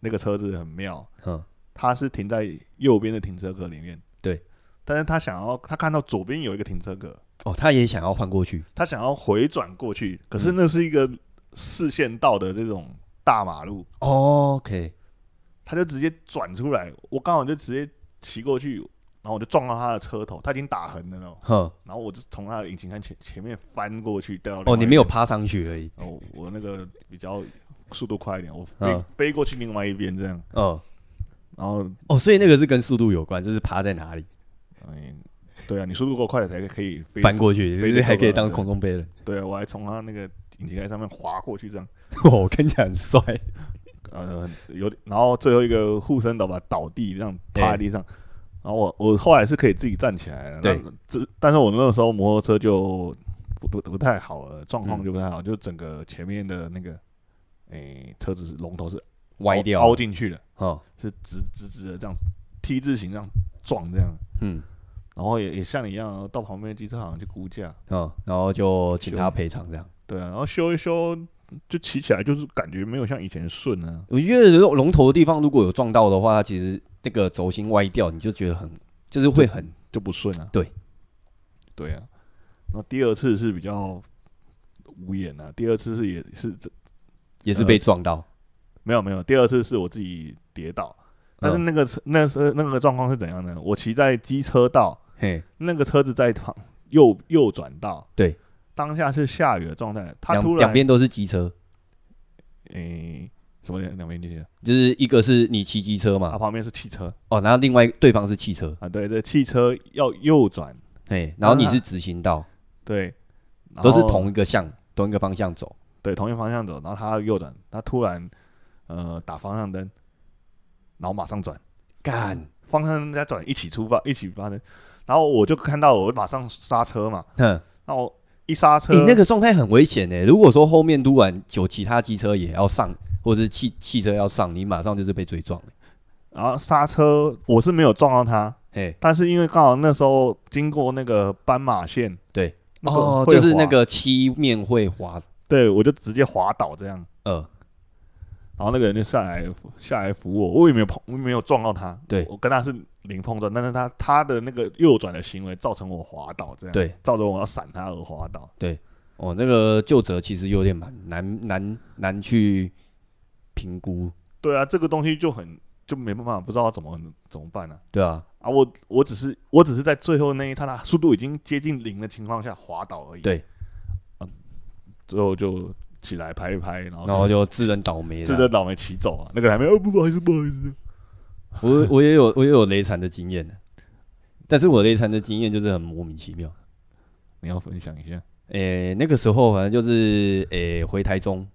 那个车子很妙，
嗯，
它是停在右边的停车格里面。
对，
但是他想要他看到左边有一个停车格，
哦，他也想要换过去，
他想要回转过去，可
嗯
是那是一个四线道的这种大马路，
哦，OK，
他就直接转出来，我刚好就直接骑过去，然后我就撞到他的车头，他已经打横了哦，
哼，
然后我就从他的引擎盖前前面翻过去掉到另外
哦，
一
你没有爬上去而已，
边，哦，我那个比较速度快一点，我飞、
嗯
飞过去另外一边这样，
哦
然后
哦，所以那个是跟速度有关，就是爬在哪里
嗯，对啊，你速度够快了才可以飞，
翻过去，
飞
就
得
是还可以
高高
当
的
空中飞人。 [laughs]
对啊，我还从他那个引擎盖上面滑过去这样，
我跟你讲很帅，
呃，有点，然后最后一个护身倒把倒地，这样趴在地上。然后我我后来是可以自己站起来了，
对
但，只但是我那个时候摩托车就不不不太好了，状
嗯
况就不太好，就整个前面的那个诶、车子是龙头是
歪
凹
掉
凹
了，
进去了，
哦，
是直直直的这样 T 字形这样撞这样，
嗯，
然后也也像你一样到旁边的机车行去估价，
哦，然后就请他
修
赔偿这样。
对啊，然后修一修就骑起来就是感觉没有像以前顺啊，
我觉得龙龙头的地方如果有撞到的话，它其实那个轴心歪掉，你就觉得很，就是会很，
就不顺啊。
对，
对啊。然后第二次是比较无言啊，第二次是也是这
也是被
呃
撞到。
没有没有，第二次是我自己跌倒，但是
嗯
那个车那是那个状况是怎样呢？我骑在机车道，
嘿，
那个车子在旁右右转道，
对，
当下是下雨的状态，他
两
突然
两边都是机车，
诶、什么两两边机车？
就是一个是你骑机车
啊，
嘛，
旁边是汽车
哦，然后另外对方是汽车，
啊，对对，汽车要右转，
嘿，然后你
啊
是直行道，
对，然
都是
后
同一个向同一个方向走。
对，同一方向走，然后他右转，他突然呃打方向灯，然后马上转，
干，
方向灯再转，一起出发，一起发生，然后我就看到我马上刹车嘛，
哼，
那我一刹车，
你、那个状态很危险呢。如果说后面突然有其他机车也要上，或者是汽汽车要上，你马上就是被追撞了。
然后刹车我是没有撞到他，
嘿，
但是因为刚好那时候经过那个斑马线，
对，
那个
哦，
会
就是那
滑，
个漆面会滑，
对我就直接滑倒这样。
呃，
然后那个人就下来下来扶我，我也没有碰，我也没有撞到他，
对
我跟他是零碰撞，但是他他的那个右转的行为造成我滑倒，这样
对，
造成我要闪他而滑倒，
哦，那个就责其实有点蛮难难难去评估，
对啊，这个东西就很就没办法，不知道怎么怎么办呢、啊。
对啊，
啊，我我只是我只是在最后那一刹那，速度已经接近零的情况下滑倒而已。
对，
啊，最后就起来拍一拍，然后
然后就自认倒霉
哦自
了。
个倒霉骑走啊。那个人还没有、哦，不好意思，不好意思。
我我也有我也有雷残的经验的，但是我雷残的经验就是很莫名其妙。
你要分享一下，
诶、那个时候反正就是诶、回台中，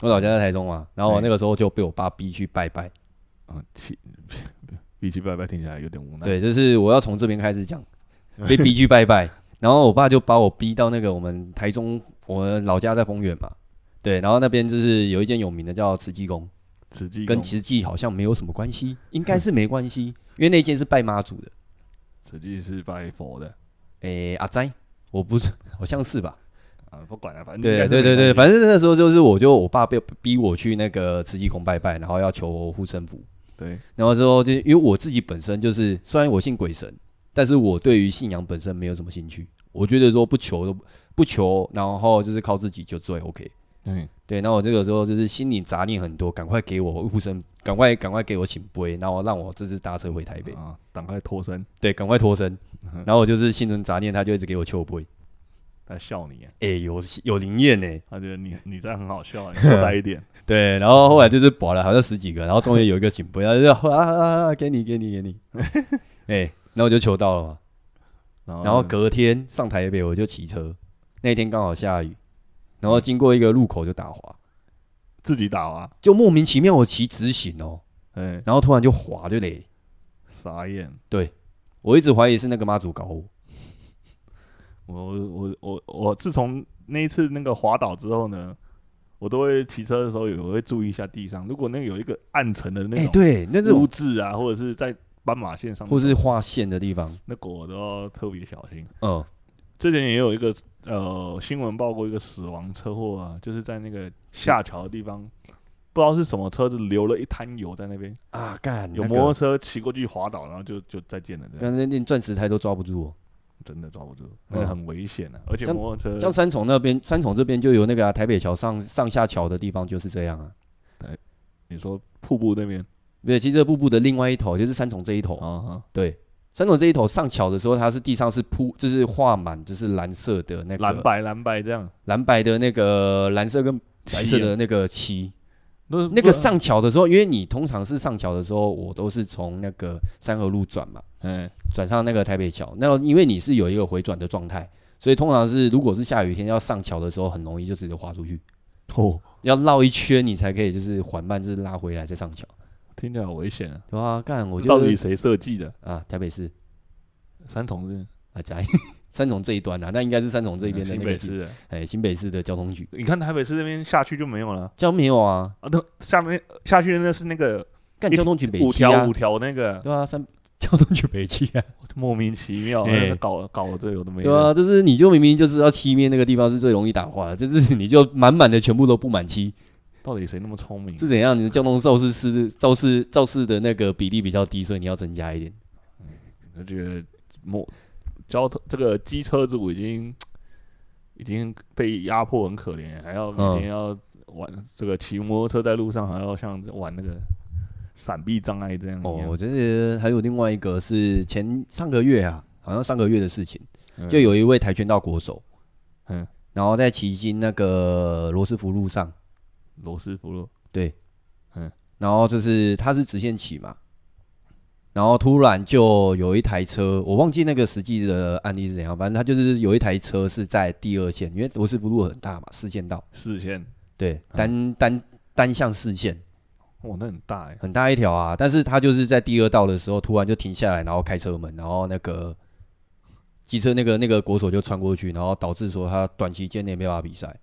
我老家在台中嘛，然后我那个时候就被我爸逼去拜拜。
嗯， [laughs] 骑比起拜拜听起来有点无奈。
对，就是我要从这边开始讲，被逼去拜拜，然后我爸就把我逼到那个我们台中，我们老家在丰原嘛，对，然后那边就是有一间有名的叫慈济宫，
慈济
跟
宫
慈济好像没有什么关系，应该是没关
[laughs]
系，因为那间是拜妈祖的，
慈济是拜佛的
诶、阿斋，我不是， [laughs] 好像是吧？
啊，不管了、反正应该
对
是
对对对，
没关系
反正那时候就是我就我爸被逼我去那个慈济宫拜拜，然后要求护身符，
对
然后之后就因为我自己本身就是，虽然我信鬼神，但是我对于信仰本身没有什么兴趣。我觉得说不求都不求，然后就是靠自己就最 OK。
嗯
对，那我这个时候就是心里杂念很多，赶快给我护身，赶快赶快给我请杯，然后让我这次搭车回台北，
啊，赶快脱身，
对，赶快脱身。
嗯
然后我就是心存杂念，他就一直给我求杯。
他笑你啊，
哎、有有灵验呢、
他觉得你你这样很好笑
[laughs]
啊，你多带一点。
对，然后后来就是保了好像十几个，然后终于有一个醒杯，然后就啊啊啊啊，给你给你给你，哎、然后我就求到了嘛。
然
然后隔天上台北，我就骑车，那天刚好下雨，然后经过一个路口就打滑，
自己打啊，
就莫名其妙我骑直行哦，
哎，
然后突然就滑就嘞，
傻眼！
我一直怀疑是那个妈祖搞我，
我我我我自从那一次那个滑倒之后呢，我都会骑车的时候有我会注意一下地上，如果那个有一个暗沉的那
哎、
种
对，那
污
种
渍啊，或者是在斑马线上，
或是画线的地方，
那个我都要特别小心。
嗯，
之前也有一个呃新闻报过一个死亡车祸啊，就是在那个下桥的地方，不知道是什么车子流了一滩油在那边，
啊干，
有
那
摩托
个，
车骑过去滑倒，然后就就再见了这
刚
样。
才那钻石台都抓不住我，
真的抓不住，
嗯
那个很危险的、啊。而且
像
摩托车
像，三重那边，三重这边就有那个、啊、台北桥上上下桥的地方就是这样啊。
你说瀑布那边
对，其实这瀑布的另外一头就是三重这一头，
啊哈，
对，三重这一头上桥的时候，它是地上是铺，就是画满就是蓝色的那个
蓝白蓝白这样，
蓝白的那个蓝色跟白色
啊
的那个漆。
那
那个，上桥的时候，因为你通常是上桥的时候，我都是从那个三河路转嘛，
哎，
转上那个台北桥。那因为你是有一个回转的状态，所以通常是如果是下雨天要上桥的时候，很容易就直接滑出去，
哦，
要绕一圈你才可以就是缓慢就是拉回来再上桥。
听起来好危险啊！
对啊，干我
到
就
底
是
谁设计的？
啊，台北市
三重是
啊，在 [laughs] 三重这一端啊，那应该是三重这边的
新
那个
北
地
市的，
哎，新北市的交通局，
你看台北市那边下去就没有了
交没有啊，
啊，那下面下去的那是那个
干
一
交通局北
五
七啊
条五，条那个，
对啊，三 [laughs] 交通局北七啊，
莫名其妙
哎
哎 [laughs] 搞搞这有的没
对
的，
啊，就是你就明明就知道七面那个地方是最容易打滑的，就是你就满满的全部都布满七，
到底谁那么聪明？
是怎样？你的交通肇事是肇事肇事的那个比例比较低，所以你要增加一点。
我觉得摩交通这个机车族已经已经被压迫很可怜，还要每
嗯
天要玩、这个骑摩托车在路上，还要像玩那个闪避障碍这样
哦
一，样
我觉得还有另外一个是前上个月啊，好像上个月的事情，
嗯
就有一位跆拳道国手，
嗯，
然后在骑经那个罗斯福路上，
罗斯福路，
对，
嗯，
然后就是他是直线骑嘛，然后突然就有一台车，我忘记那个实际的案例是怎样，反正他就是有一台车是在第二线，因为罗斯福路很大嘛，四线道，
视线，
对，
嗯
单、单单向四线
哇，那很大哎，
很大一条啊，但是他就是在第二道的时候突然就停下来，然后开车门，然后那个机车那个那个国手就穿过去，然后导致说他短期间内没办法比赛。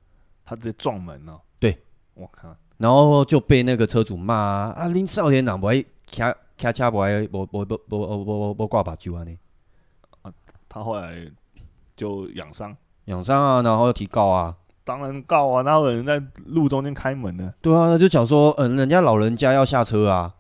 他直接撞门了、
对，
我靠，
然后就被那个车主骂啊，啊恁少年人不爱骑骑车不爱无无无无无无无挂把啊酒安尼，
他后来就养伤，
养伤啊，然后提告啊，
当然告啊，那有人在路中间开门呢？
对啊，那就讲说，嗯，人家老人家要下车啊，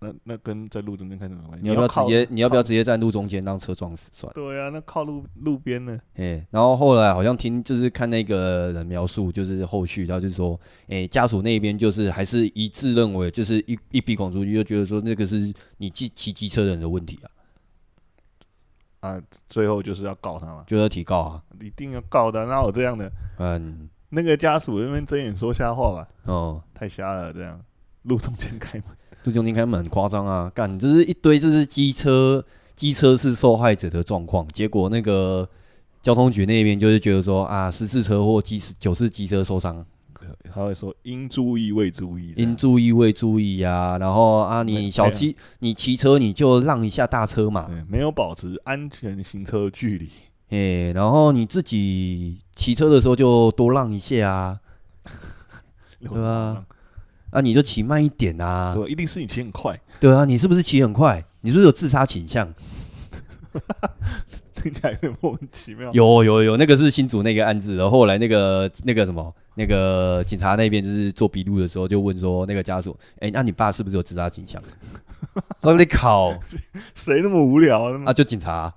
那那跟在路中间开什么关系？
你要不要嗯直
靠
接你要不要
靠
直接站路中间让车撞死算？
对啊，那靠路路边呢？
哎、然后后来好像听就是看那个人描述，就是后续他就说，哎、家属那边就是还是一致认为，就是一一鼻孔出去就觉得说那个是你骑骑机车的人的问题啊，
最后就是要告他嘛，
就要提告啊，
一定要告的。哪有这样的？
嗯
那个家属那边睁眼说瞎话吧，
哦。
太瞎了，这样路中间开门，
陆中间开门很夸张啊，干，就是一堆就是机车机车是受害者的状况，结果那个交通局那边就是觉得说啊，十次车祸机九次机车受伤，
啊他会说应注意未注意，
应注意未注意啊，然后啊
没
你小骑你骑车你就让一下大车嘛，
对，没有保持安全行车距离，
诶，然后你自己骑车的时候就多让一下啊，对啊啊你就骑慢一点啊，
对，一定是你骑很快，
对啊，你是不是骑很快？你是不是有自杀倾向？
听起来有点莫名其妙。
有有有，那个是新竹那个案子，然后后来那个那个什么，那个警察那边就是做笔录的时候，就问说那个家属，哎、那你爸是不是有自杀倾向？ [laughs] 他说你考
谁那么无聊啊？那么
啊，就警察，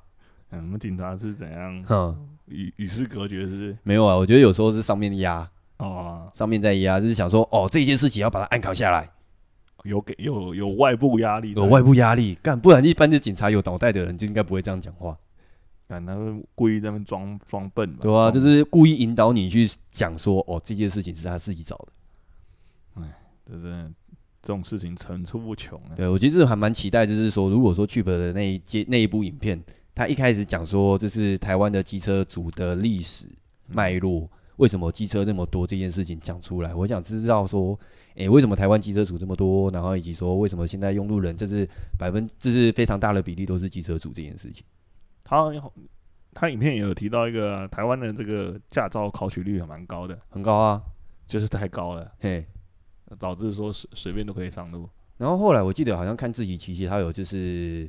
嗯我们警察是怎样
哼，
与与世隔绝？是不是？
没有啊，我觉得有时候是上面压，
哦，
上面在压，就是想说，哦，这件事情要把它按扛下来，
有给有有外部压力在，
有外部压力，干，不然一般的警察有脑袋的人就应该不会这样讲话，
感，他们故意在那边装装笨吧？
对啊，
装
就是故意引导你去讲说，哦，这件事情是他自己找的。
就是这种事情层出不穷啊。
对，我其实还蛮期待，就是说，如果说剧本的那一接那一部影片，他一开始讲说，这是台湾的机车族的历史脉络，为什么机车那么多这件事情讲出来，我想知道说，诶、为什么台湾机车族这么多，然后以及说为什么现在用路人这是百分这是非常大的比例都是机车族这件事情。
他他影片也有提到一个啊台湾的这个驾照考取率还蛮高的，
很高啊，
就是太高了，
嘿。
导致说随随便都可以上路。
然后后来我记得好像看自己骑骑，他有就是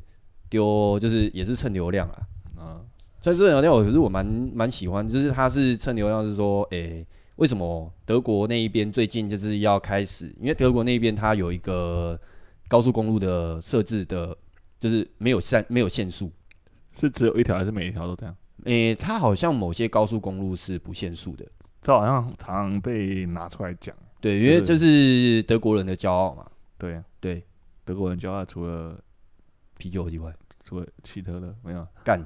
丢，就是也是蹭流量啊，
啊，
但是流量，我可是我蛮蛮喜欢，就是它是蹭流量，是说，诶、为什么德国那一边最近就是要开始？因为德国那边它有一个高速公路的设置的，就是没有限没有限速，
是只有一条还是每一条都这样？
诶、它好像某些高速公路是不限速的，
这好像常常被拿出来讲。
对，因为
对
这是德国人的骄傲嘛，
对啊
对，
德国人骄傲，除了
啤酒以外，
除了希特勒没有， [laughs]
干，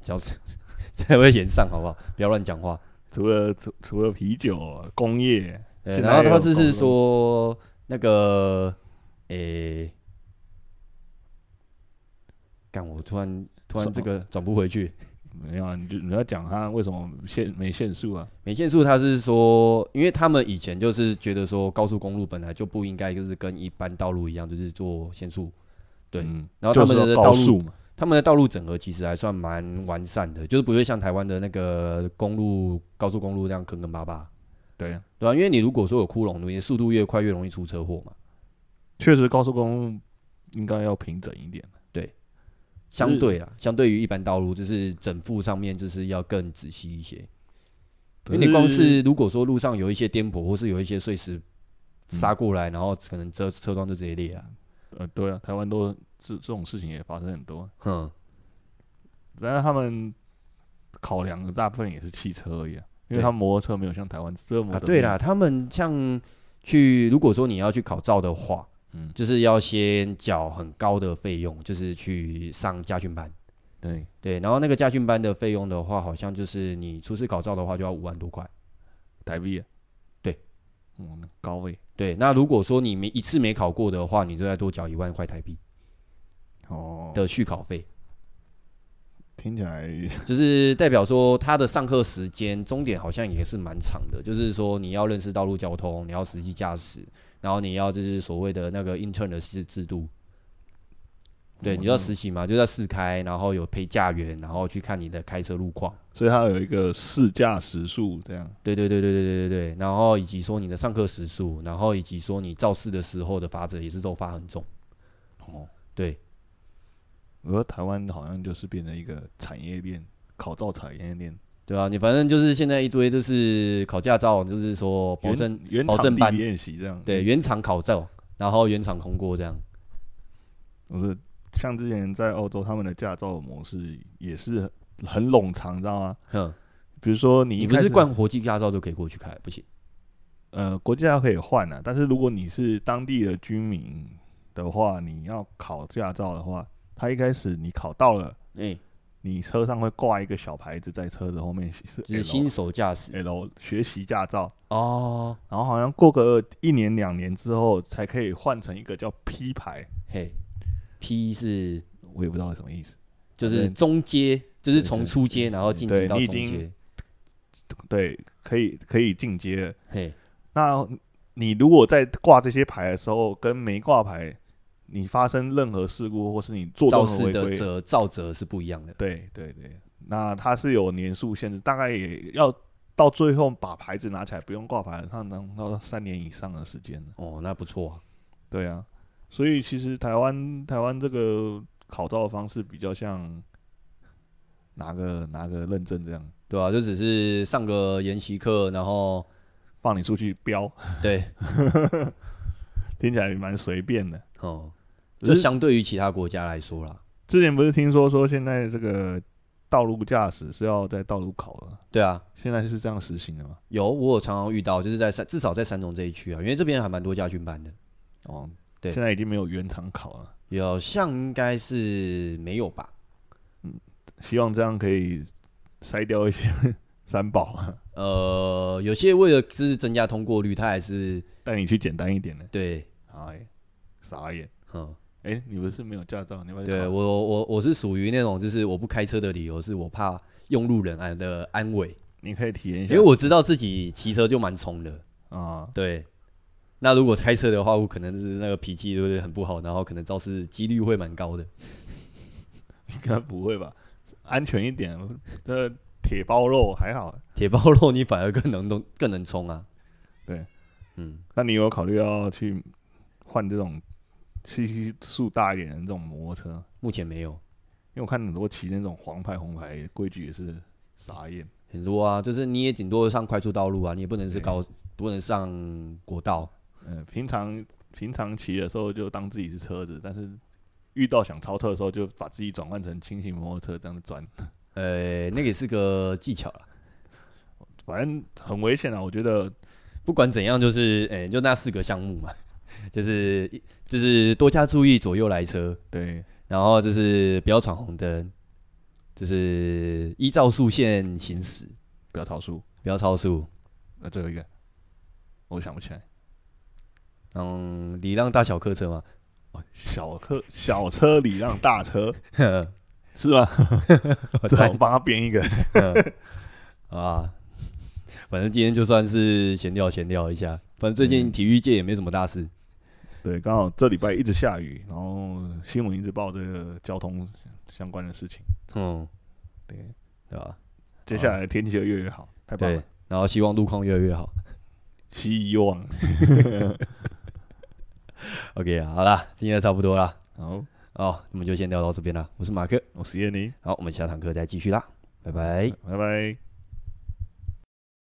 小 [laughs] 子，才会演上好不好？不要乱讲话。
除了除除了啤酒、啊工业，
对
现在
呃然后
也
他
有
只是
公路
说那个，诶、干，我突然突
什
然这个转不回去。
没有啊，你就你要讲他为什么限没限速啊？
美限速他是说，因为他们以前就是觉得说高速公路本来就不应该就是跟一般道路一样，就是做限速。对
嗯
然后
就
他
是
们的
说
道路
高速嘛，
他们的道路整合其实还算蛮完善的，就是不会像台湾的那个公路、高速公路那样坑坑巴巴，
对啊，
对吧、因为你如果说有窟窿，你的速度越快越容易出车祸嘛。
确实高速公路应该要平整一点。
相对啦，相对于一般道路，就是整复上面就是要更仔细一些。
啊
因为你光是如果说路上有一些颠簸，或是有一些碎石杀过来，然后可能车车窗就直接裂了。
呃，对啊，台湾都这这种事情也发生很多，
哼，
但是他们考量的大部分也是汽车而已、啊，
对
因为他们摩托车没有像台湾这么、
啊，对啦，，他们像去，如果说你要去考照的话，
嗯
就是要先缴很高的费用，就是去上驾训班。
对，
对，然后那个驾训班的费用的话，好像就是你初次考照的话就要五万多块。
台币、啊，
对，
嗯，那高位
对，那如果说你没一次没考过的话，你就再多缴一万块台币
哦，
的续考费，
听起来
就是代表说他的上课时间终点好像也是蛮长的，就是说你要认识道路交通，你要实际驾驶，然后你要就是所谓的那个 intern 的制制度，对，
哦
你要
那
实习嘛，就是要试开，然后有陪驾员，然后去看你的开车路况，
所以它有一个试驾时速这样，
对对对对对对对对，然后以及说你的上课时数，然后以及说你肇事的时候的罚则也是都罚很重，
哦，
对，
而台湾好像就是变成一个产业链，考照产业链，
对啊，你反正就是现在一堆就是考驾照，就是说保
原
证
原
保
场
证
地
班
练习这样，
对原厂考照，然后原厂通过这样。
我是像之前在欧洲，他们的驾照模式也是很冗长，你知道吗？
哼，
比如说你一
你不
开
是
始
冠国际驾照就可以过去开，不行。
呃国际驾照可以换啊，但是如果你是当地的居民的话，你要考驾照的话，他一开始你考到了，
哎、
你车上会挂一个小牌子在车子后面是
就是
L
新手驾驶
L 学习驾照，
哦，
然后好像过个一年两年之后才可以换成一个叫 P 牌，
嘿，P 是
我也不知道什么意思。
就是
反正
中阶，就是
对
从
对
初阶然后晋级
对
到
你已
中
经
阶，
对，可以可以进阶了。
嘿，
那你如果在挂这些牌的时候，跟没挂牌，你发生任何事故或是你做
肇
任何
事
违
的
规，
责造责是不一样的。
对对对，那它是有年数限制，大概也要到最后把牌子拿起来不用挂牌，它能到三年以上的时间了。
哦，那不错啊。
对啊，所以其实台湾台湾这个考照的方式比较像拿个拿个认证这样，
对啊，就只是上个研习课，然后
放你出去飙，
对，
[laughs] 听起来蛮随便的。 [laughs]
哦、
只
就是相对于其他国家来说啦，
之前不是听说说现在这个道路驾驶是要在道路考的，
对啊，
现在是这样实行的吗？
有我有常常遇到，就是在三至少在三重这一区啊，因为这边还蛮多家训班的，
哦，
对
现在已经没有原厂考了，
有像应该是没有吧？
希望这样可以筛掉一些三宝啊， [laughs]
呃，有些为了就是增加通过率，他还是
带你去简单一点的。
对，
哎，傻眼，
嗯，
哎、你不是没有驾照，你要不要去
对
考
我我我是属于那种就是我不开车的理由是我怕用路人安的安慰，
你可以体验一
因
下，
为我知道自己骑车就蛮冲的，
啊，
对。那如果开车的话，我可能就是那个脾气就会很不好，然后可能肇事几率会蛮高的。
应该不会吧？安全一点，这铁包肉还好。
铁包肉你反而更能动，更能冲啊。
对，
嗯，
那你有考虑要去换这种气息数大一点的这种摩托车吗？
目前没有
因为我看很多骑那种黄牌、红牌规矩也是傻眼。
很多啊，就是你也顶多上快速道路啊，你也不能是高，不能上国道。
呃嗯、平常平常骑的时候就当自己是车子，但是遇到想超车的时候，就把自己转换成轻型摩托车这样子转，
呃，那个也是个技巧了。
反正很危险啊。我觉得
不管怎样，就是哎、就那四个项目嘛， [laughs] 就是就是多加注意左右来车，
对
然后就是不要闯红灯，就是依照速线行驶，
不要超速。
不要超速，
那最后一个，我想不起来。
嗯，礼让大小客车嘛。
小客小车礼让大车是吧？
我
最
猜
好帮他编一个。
嗯啊，反正今天就算是闲聊闲聊一下，反正最近体育界也没什么大事。
对，刚好这礼拜一直下雨，然后新闻一直报这个交通相关的事情。
嗯，
对，
对吧？
接下来天气就越来越好，太棒
对
了，，
然后希望路况越来越好。
希望。
OK 啊，好啦，今天差不多啦。
好，
哦，那么就先聊到这边啦。我是马克，
我是叶宁，
好，我们下堂课再继续啦，拜拜。
拜拜。